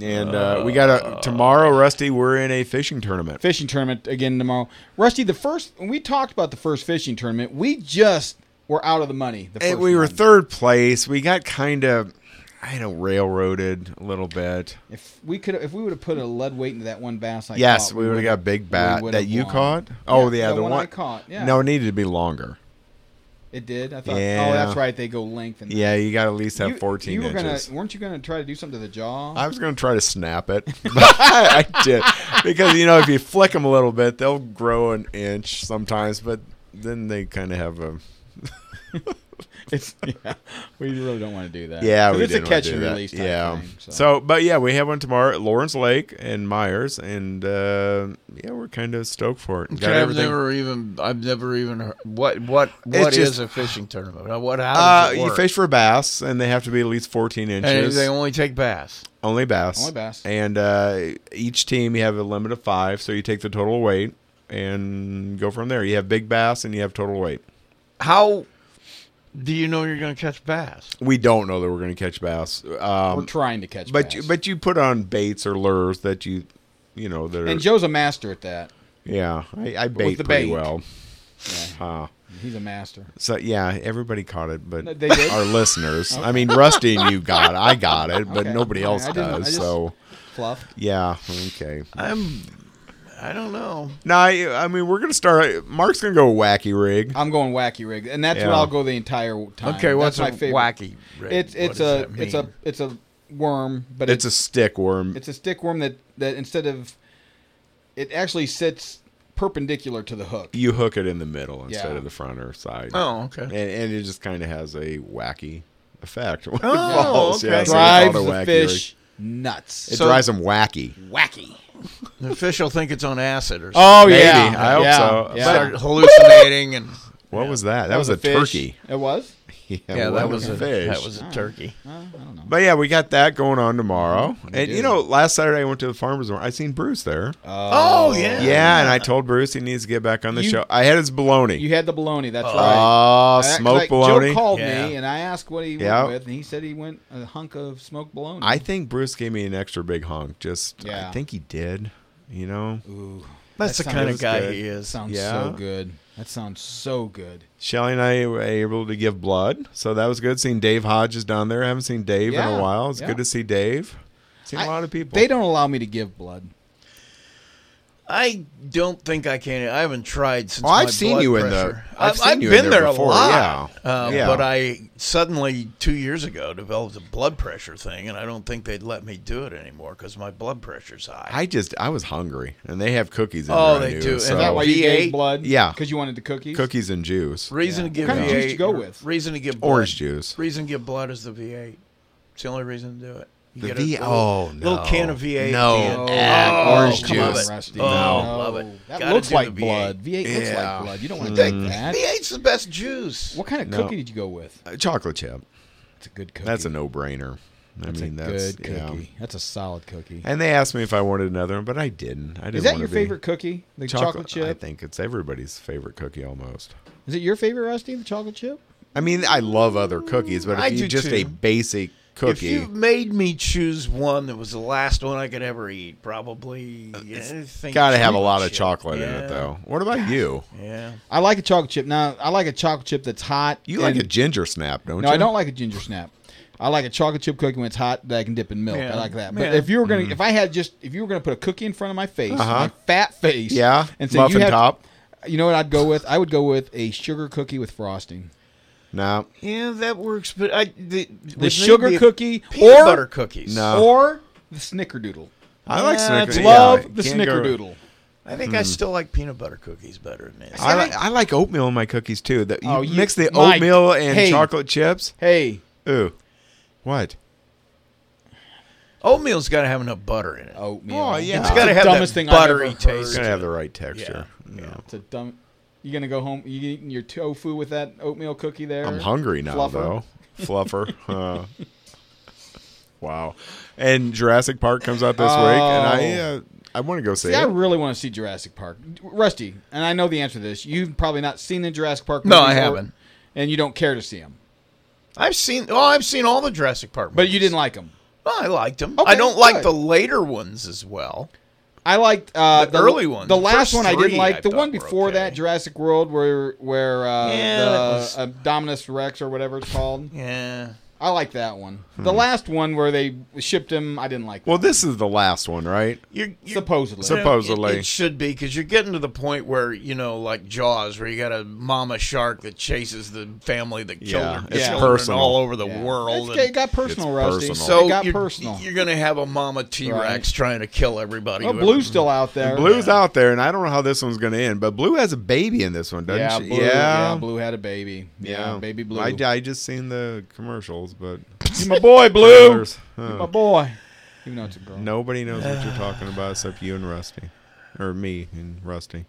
and uh, we got a tomorrow, Rusty. We're in a fishing tournament. fishing tournament again tomorrow. Rusty, the first when we talked about the first fishing tournament, we just were out of the money. The first And we were one. third place. We got kind of, I don't know, railroaded a little bit. if we could if we would have put a lead weight into that one bass. I yes, caught, we would have got big bat would've that you won. caught. Oh, Yeah, yeah, the the, one I one caught, yeah. No, it needed to be longer. It did. I thought. Yeah. Oh, that's right. They go length. And Yeah, you got to at least have You- 14 you were inches. Gonna, weren't you going to try to do something to the jaw? I was going to try to snap it, but I, I did because you know if you flick them a little bit, they'll grow an inch sometimes, but then they kind of have a It's yeah. We really don't want to do that. Yeah, 'Cause we it's didn't a wanna catch do and that. release. Type yeah. thing, so. but yeah, we have one tomorrow at Lawrence Lake and Myers, and uh, yeah, we're kind of stoked for it. Got Okay, I've everything- never even I've never even heard, what what It's what is just- a fishing tournament? Uh, What how Uh, does it you work? fish for bass, and they have to be at least 14 and inches. they only take bass. Only bass. Only bass. And uh, each team you have a limit of five, so you take the total weight and go from there. You have big bass and you have total weight. How do you know you're going to catch bass? We don't know that we're going to catch bass. Um, We're trying to catch but bass. You, but you put on baits or lures that you, you know, that are. and Joe's a master at that. yeah, I, I With bait the pretty bait. well. Uh, He's a master. so yeah, everybody caught it, but No, they did? our listeners. I Okay. mean, Rusty and you got, it. I got it, but Okay. nobody else I didn't- I does. just so fluff. Yeah. Okay. I'm. I don't know. No, I, I mean we're gonna start. Mark's gonna go wacky rig. I'm going wacky rig, and that's Yeah. where I'll go the entire time. Okay, what's that's my a favorite. wacky rig? It's What it's does a that it's a mean? it's a worm, but But it's, a stick worm. It's a stick worm that, that instead of it actually sits perpendicular to the hook. you hook it in the middle instead Yeah. of the front or side. Oh, okay. And, and it just kind of has a wacky effect. when it Oh, falls. okay. so we call Drives it a the wacky fish rig. nuts. It So- drives them wacky. Wacky. The fish will think it's on acid or something. Oh, Maybe. yeah. I hope Yeah. so. Yeah. Start hallucinating and What was that? That, was, a, fish. turkey. It was. Yeah, Yeah, well, that was a fish. that was a turkey. But yeah, we got that going on tomorrow. Mm-hmm. and do. you know, last Saturday I went to the farmers market. I seen Bruce there. Oh, yeah. Yeah, and I told Bruce he needs to get back on the You- show. I had his baloney. You had the bologna. That's Oh. right. Oh, I- 'cause smoked I- bologna? Joe called Yeah. me and I asked what he Yeah. went with, and he said he went a hunk of smoked bologna. I think Bruce gave me an extra big honk. Just I Yeah. think he did. You know. Ooh, That's that the kind of sounds guy good. he is. Sounds Yeah. so good. That sounds so good. Shelly and I were able to give blood, so that was good. Seeing Dave Hodges down there, I haven't seen Dave in Yeah, a while. It's yeah. good to see Dave. Seen a I- lot of people. They don't allow me to give blood. I don't think I can. I haven't tried since. Oh, I've my seen blood you in the- pressure. I've seen you in been there before, a lot. yeah. Uh, Yeah. But I suddenly two years ago developed a blood pressure thing, and I don't think they'd let me do it anymore because my blood pressure's high. I just I was hungry, and they have cookies. In Oh, there, I they knew, do. And So. that Why you V8? gave blood? Yeah. Because you wanted the cookies. Cookies and juice. Reason to give What kind of V8. juice to go with? Reason to give blood. Orange juice. Reason to give blood is the V8. It's the only reason to do it. You The get V- a little, oh, little no. can of V8. at No. the end. Ah, Oh, orange come on, juice. Rusty. No. Oh, love it. That Gotta looks do the like blood. V8 looks like Yeah. blood. You don't wanna They- do that. V8's the best juice. What kind of No. cookie did you go with? Uh, chocolate chip. It's a good cookie. That's a no-brainer. I That's a mean, that's good yeah. cookie. That's a solid cookie. And they asked me if I wanted another one, but I didn't. I didn't. that want your to favorite be. cookie? The chocolate chip? I think it's everybody's favorite cookie almost. Is it your favorite, Rusty? The chocolate chip? I mean, I love other cookies, but if I you do just too. a basic If cookie, you made me choose one that was the last one I could ever eat, probably anything. Uh, gotta have a lot of chip. chocolate in Yeah. it, though. What about you? Yeah. I like a chocolate chip. Now I like a chocolate chip that's hot. You like and- a ginger snap, don't No, you? I don't like a ginger snap. I like a chocolate chip cookie when it's hot that I can dip in milk. Yeah. I like that. But Yeah. if you were gonna, Mm. if I had just, if you were gonna put a cookie in front of my face, Uh-huh. my fat face, Yeah, and say muffin you have, top. you know what I'd go with? I would go with a sugar cookie with frosting. No. Yeah, that works, but I the, The sugar cookie peanut or butter cookies. No. or the snickerdoodle. I like Yeah, snickerdoodle. that's Yeah, Love it the can't go- snickerdoodle. I think I still like peanut butter cookies better than this. Hmm. I like, I like oatmeal in my cookies too. That you Oh, you- mix the Mike, oatmeal and hey. chocolate chips. Hey, ooh, what? Oatmeal's got to have enough butter in it. Oatmeal. Oh yeah, it's It's got to the have dumbest that thing I've buttery ever heard. taste. It's gotta to have the it. right texture. Mm. Yeah. yeah. It's a dumb. You gonna go home? You eating your tofu with that oatmeal cookie there? I'm hungry now Fluffer? though. Fluffer. Uh, wow. And Jurassic Park comes out this week, and I Oh. uh, I want to go see, See, I it. really want to see Jurassic Park. Rusty, and I know the answer to this. You've probably not seen the Jurassic Park. No, I movies or- haven't. and you don't care to see them, I've seen. Oh, I've seen all the Jurassic Park. but you didn't like them. Well, I liked them. Okay, I don't like good. the later ones as well. I liked uh, The early ones. The The last first one I three didn't I like. The thought one were before that, Jurassic World, where where uh, Yeah, the that was- uh, Dominus Rex or whatever it's called. Yeah. I like that one. Hmm. The last one where they shipped him, I didn't like. Well, this is the last one, right? You're, supposedly, You know, Supposedly. It, it should be because you're getting to the point where you know, like Jaws, where you got a mama shark that chases the family that killed Yeah, her it's children personal. all over the Yeah. world. It's- it got personal, It's Rusty. personal. So It got you're, personal. You're gonna have a mama T Rex Right. trying to kill everybody. Well, who Blue's still out there. Blue's out there, and I don't know how this one's going to end, but Blue has a baby in this one, doesn't yeah, she? Blue, yeah. Blue had a baby. Yeah, Yeah. baby Blue. I, I just seen the commercials, but You my boy, Blue. There's- You huh. my boy. Even though it's a girl. Nobody knows what you're talking about except you and Rusty, or me and Rusty.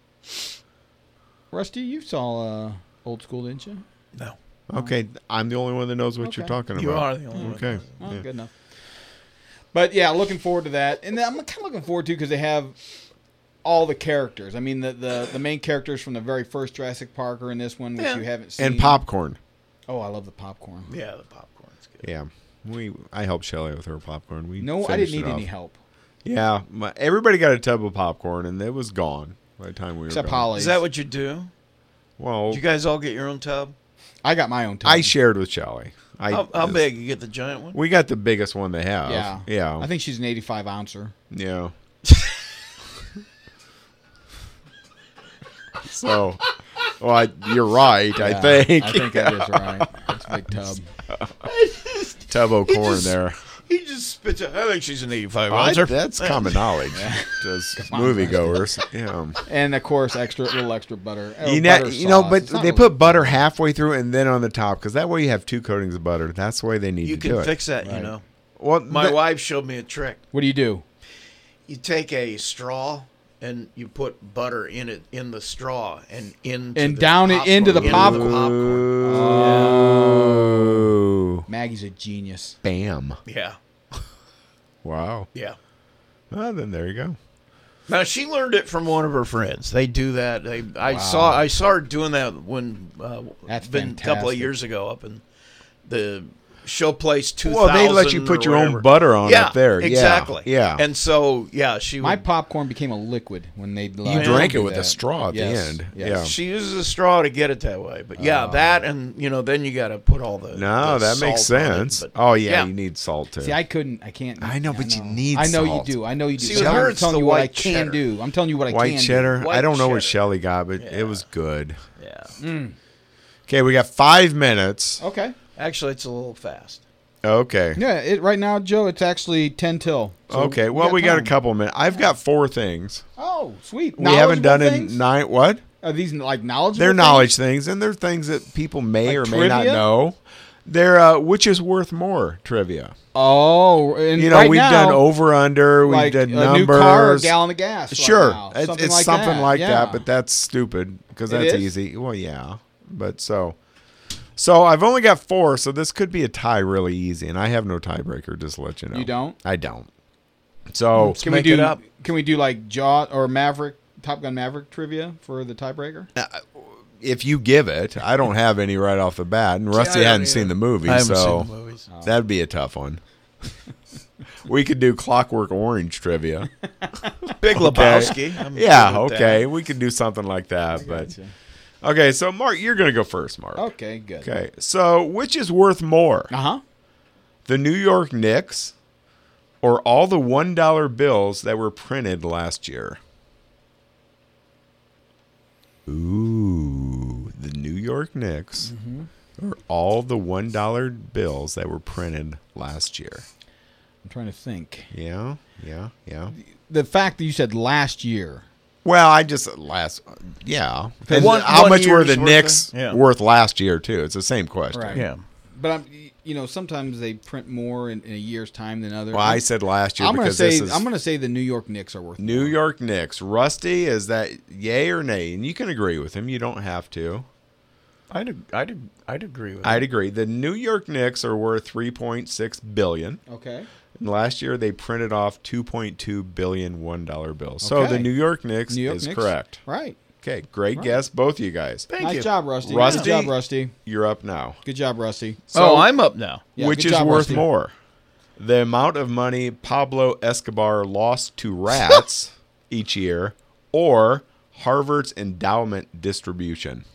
Rusty, you saw uh, old school, didn't you? No. Okay, I'm the only one that knows what you're Okay. talking about. Um, You are the only one. okay. Oh, yeah. good enough. But yeah, looking forward to that, and then I'm kind of looking forward to because they have all the characters. I mean, the, the the main characters from the very first Jurassic Park are in this one, which Yeah. you haven't seen. And popcorn. Oh, I love the popcorn. Yeah, the popcorn's good. Yeah, we. I helped Shelley with her popcorn. We No, I finished didn't it need any off. help. Yeah, my, everybody got a tub of popcorn, and it was gone by the time we were. Except gone. Holly. Is that what you do? Well, Did you guys all get your own tub? I got my own tub. I shared with Shelley. I, how, how this- big? You get the giant one? We got the biggest one they have. Yeah. yeah, I think she's an 85 ouncer. yeah. so, well, I, you're right. I Yeah, think. I think that is right. It's a big tub. tub of He corn just- there. He just spits out. I think she's an 85 I- ouncer. that's common knowledge to us Come on, moviegoers. Yeah. And of course, extra little extra butter. or You know, Oh, butter you know, sauce. but It's not they really- put butter halfway through and then on the top because that way you have two coatings of butter. That's the way they need You to can do it. fix that, you Right. know. Well, My the- wife showed me a trick. What do you do? You take a straw and you put butter in it in the straw and into And the down it popcorn. into the popcorn. Oh, Maggie's a genius. bam! Yeah, Wow. yeah. Well, then there you go. Now she learned it from one of her friends. They do that. They I saw I saw her doing that when uh, That's been a couple of fantastic. years ago up in the showplace two Well, thousand. they let you put your own butter on yeah, up there. Yeah, Exactly. yeah. And so yeah, she My would, popcorn became a liquid when they You drank it with a straw at Yes, the end. yes. she uses a straw to get it that way. But yeah, that and you know then you got to put all the Yeah. Oh. No, the that makes salt on it, sense. but- oh yeah, you need salt too. See, I couldn't. I can't. I know, but you need I know salt. you do. I know you do. See, but with I'm her, telling it's the you what I white can cheddar. do. I'm telling you what I White can cheddar. White I don't know what cheddar. Shelly got, but it was good. yeah. Okay, we got five minutes. do. Okay. Actually, it's a little fast. Okay. Yeah. It right now, Joe. It's actually ten till. So okay. Well, we got a time. couple minutes. I've got four things. Oh, sweet. We haven't done it. in nine. What? Are these like knowledgeable? They're things? knowledge things, and they're things that people may Like or may not trivia? know. They're uh, which is worth more trivia. Oh, and You know, right we've now, done over under. We've like done a new numbers. car, or a gallon of gas. right sure, now. it's something, it's like, something that. like Yeah. that, but that's stupid because It that's is? easy. Well, yeah, but so, so I've only got four, so this could be a tie really easy, and I have no tiebreaker. Just to let you know, You don't? Mm. I don't. So can we Make do it up. can we do like Jaw or Maverick, Top Gun Maverick trivia for the tiebreaker? if you give it, I don't have any right off the bat, and Rusty don't hadn't either. seen the movie, I haven't so seen the movies. that'd be a tough one. we could do Clockwork Orange trivia. Big Lebowski. I'm yeah, good with that. okay, we could do something like that, but okay. So Mark, you're gonna go first, Mark. Okay, good. Okay, so which is worth more, Uh huh. the New York Knicks or all the $1 bills that were printed last year? Ooh, the New York Knicks or all the $1 bills that were printed last year? I'm trying to think. Yeah, yeah, yeah. The fact that you said last year. Well, I just last, yeah. And And one- how one much were the year's worth Knicks of- yeah. worth last year too? It's the same question. Right. Yeah. But I'm, you know, sometimes they print more in, in a year's time than others. Well, I said last year I'm gonna because say this is I'm gonna say the New York Knicks are worth. it. New York Knicks. Rusty, is that yay or nay? And you can agree with him. You don't have to. I'd, ag- I'd, ag- I'd agree with I'd that. agree. The New York Knicks are worth 3.6 billion. Okay. And last year they printed off 2.2 billion $1 bills. So Okay. the New York Knicks New York is Knicks. correct. Right. Okay, great Right. guess both you guys. Thank nice you. job, Rusty. Rusty? Good job, Rusty. You're up now. Good job, Rusty. oh, I'm up now. Yeah, Which good is job, worth Rusty. more? The amount of money Pablo Escobar lost to rats each year or Harvard's endowment distribution?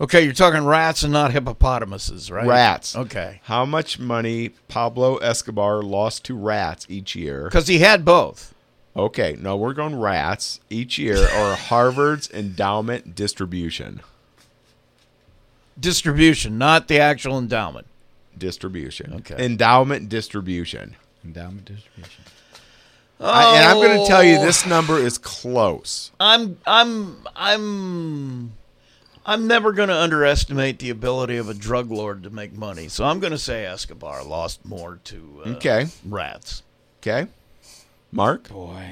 Okay, you're talking rats and not hippopotamuses, right? Rats. Okay. How much money Pablo Escobar lost to rats each year? Because he had both. Okay, no, we're going rats each year or Harvard's endowment distribution. Distribution, not the actual endowment. Distribution. Okay. Endowment distribution. Endowment distribution. I- and I'm going to tell you this number is close. I'm I'm I'm I'm never going to underestimate the ability of a drug lord to make money. So I'm going to say Escobar lost more to uh, Okay. rats. Okay. Mark? Boy.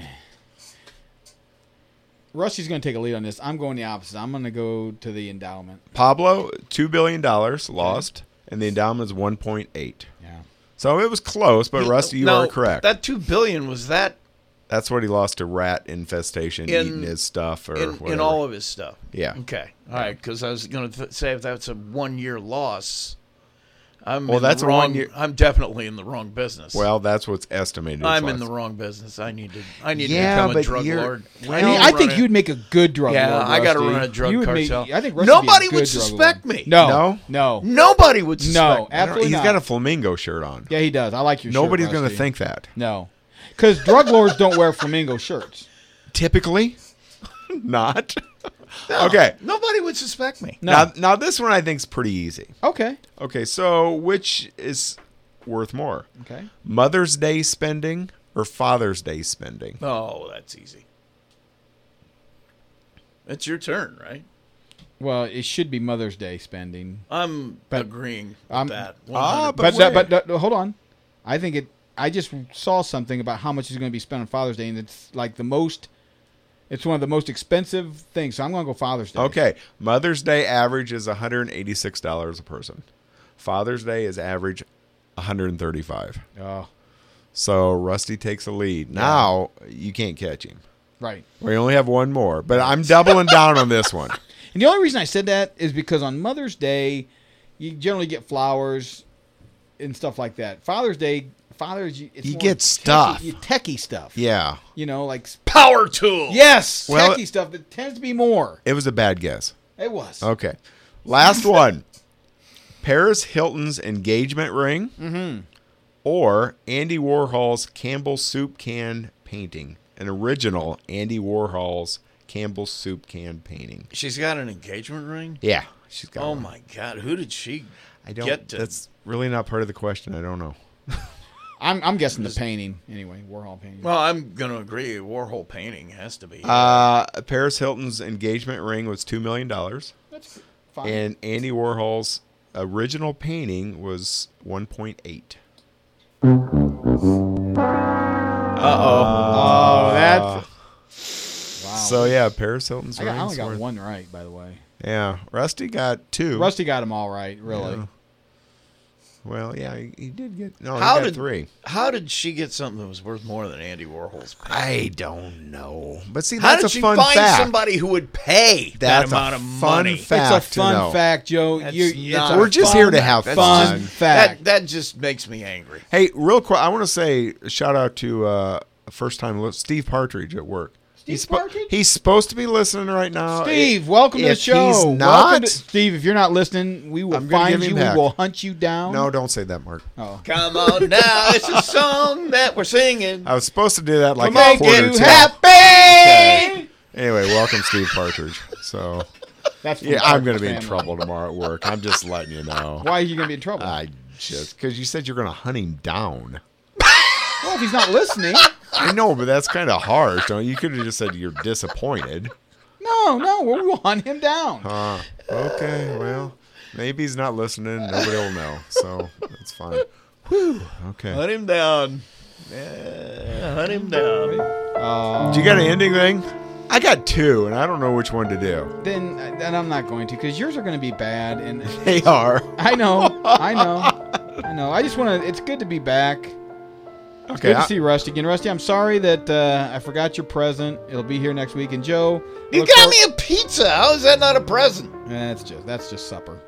Rusty's going to take a lead on this. I'm going the opposite. I'm going to go to the endowment. Pablo, two billion dollars lost, and the endowment is one point eight. Yeah. So it was close, but Rusty, you Now, are correct. That 2 billion was that That's what he lost to rat infestation, In- eating his stuff or in, whatever. in all of his stuff. Yeah. Okay. All right. Because I was going to say if that's a one year loss, I'm Well, in the that's a wrong. one-year- I'm definitely in the wrong business. Well, that's what's estimated. I'm his in the loss. wrong business. I need to. I need Yeah, to become a but drug you're- lord. well- need to I run think a- you'd make a good drug yeah, lord, I got to Rusty. run a drug You would make- cartel. I think Rusty would be a nobody good would drug lord. suspect me. No. No? No. nobody would suspect. No, me. I don't- absolutely He's not. got a flamingo shirt on. Yeah, he does. I like your Nobody's shirt. gonna Rusty. think that. No. Because drug lords don't wear flamingo shirts. Typically, not. okay. Nobody would suspect me. Now, now this one I think is pretty easy. Okay. Okay, so which is worth more? Okay. Mother's Day spending or Father's Day spending? Oh, that's easy. It's your turn, right? Well, it should be Mother's Day spending. I'm But agreeing with I'm- that. Ah, But but, But wait. but- hold on, I think it. I just saw something about how much is going to be spent on Father's Day, and it's like the most. It's one of the most expensive things, so I'm going to go Father's Day. Okay, Mother's Day average is $186 a person. Father's Day is average 135. Oh, So Rusty takes the lead. Now you can't catch him. right. We only have one more, but I'm doubling down on this one. And the only reason I said that is because on Mother's Day, you generally get flowers and stuff like that. Father's Day, Father's it's You more get techie- stuff. techie stuff. Yeah. You know, like Power tool. yes, Well- techie stuff that tends to be more. It was a bad guess. It was. Okay. Last one. Paris Hilton's engagement ring or Andy Warhol's Campbell soup can painting. An original Andy Warhol's Campbell soup can painting. She's got an engagement ring. Yeah. She's got Oh one. my God! Who did she? I don't get to- that's really not part of the question. I don't know. I'm I'm guessing the painting anyway, Warhol painting. Well, I'm going to agree. Warhol painting has to be. Uh Paris Hilton's engagement ring was two million dollars. That's fine. And Andy Warhol's original painting was one point eight. oh, that's wow. So yeah, Paris Hilton's I, got, I ring's only got worth- one right, by the way. Yeah, Rusty got two. Rusty got them all right, really. Yeah. Well, yeah, he, he did get no. How he got did- three? How did she get something that was worth more than Andy Warhol's? Painting? I don't know. But see, How that's did a she fun find fact. somebody who would pay that That's a amount of fun money? fact. It's a to fun know. fact, Joe. That's You, it's not- a We're just fun here to have fun. Fun fact. That, that just makes me angry. Hey, real quick, I want to say shout out to uh, first time li- Steve Partridge at work. Steve he's, spo- Partridge? he's supposed to be listening right now. Steve, welcome to the If show. he's Welcome not- to- Steve, if you're not listening, we will I'm gonna find you. give him We back. will hunt you down. no, don't say that, Mark. Oh. Come on now, it's a song that we're singing. I was supposed to do that like Come a on, Uh, quarter get till. happy. Anyway, welcome Steve Partridge. So That's from yeah, I'm going Parker's to be in family. trouble tomorrow at work. I'm just letting you know. Why are you going to be in trouble? I just because you said you're going to hunt him down. well, if he's not listening, I know, but that's kind of harsh. Don't you? you could have just said you're disappointed. no, no, we will hunt him down. Uh, okay, well, maybe he's not listening. Nobody will know, so that's fine. Whew. Okay. Hunt him down. Yeah, hunt him down. Do you got an ending thing? I got two, and I don't know which one to do. Then, then I'm not going to because yours are going to be bad. And They are. I know, I know, I know. I just want to. It's good to be back. It's Okay. good to I- see Rusty again. Rusty, I'm sorry that uh, I forgot your present. It'll be here next week. And Joe, I You look got forward- me a pizza. How is that not a present? That's just that's just supper.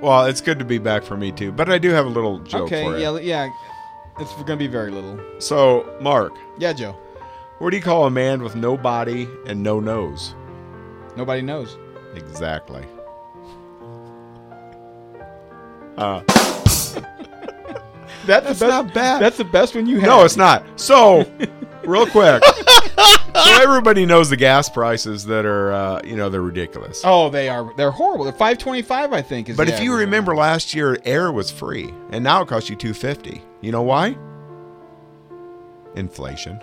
well, it's good to be back for me too, but I do have a little joke okay, for you. yeah, yeah. It's gonna be very little. So, Mark, Yeah, Joe. what do you call a man with no body and no nose? Nobody knows. Exactly. Uh, That's, the best, not bad. That's the best one you have. No, it's not. So, real quick. so everybody knows the gas prices that are, uh, you know, they're ridiculous. Oh, they are. They're horrible. They're five twenty-five, I think. Is But the if you average. remember last year, air was free, and now it costs you two fifty. You know why? Inflation.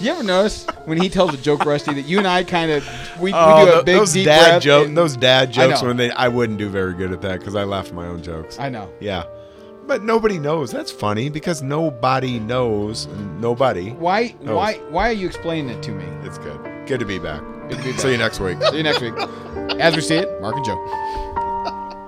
you ever notice when he tells a joke, Rusty, that you and I kind of we, Oh, we do a tho- big those deep dad breath jokes. and- Those dad I jokes know. when they I wouldn't do very good at that because I laugh at my own jokes. I know. Yeah, but nobody knows. That's funny because nobody knows. and Nobody. Why? knows. Why? Why are you explaining it to me? It's good. Good to be back. Good to be See back. you next week. See you next week. As we see it, Mark and Joe.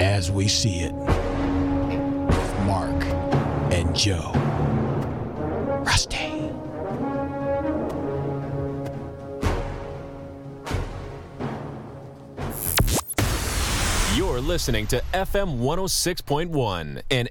As we see it, Mark and Joe. Rusty. You're listening to FM 106.1 and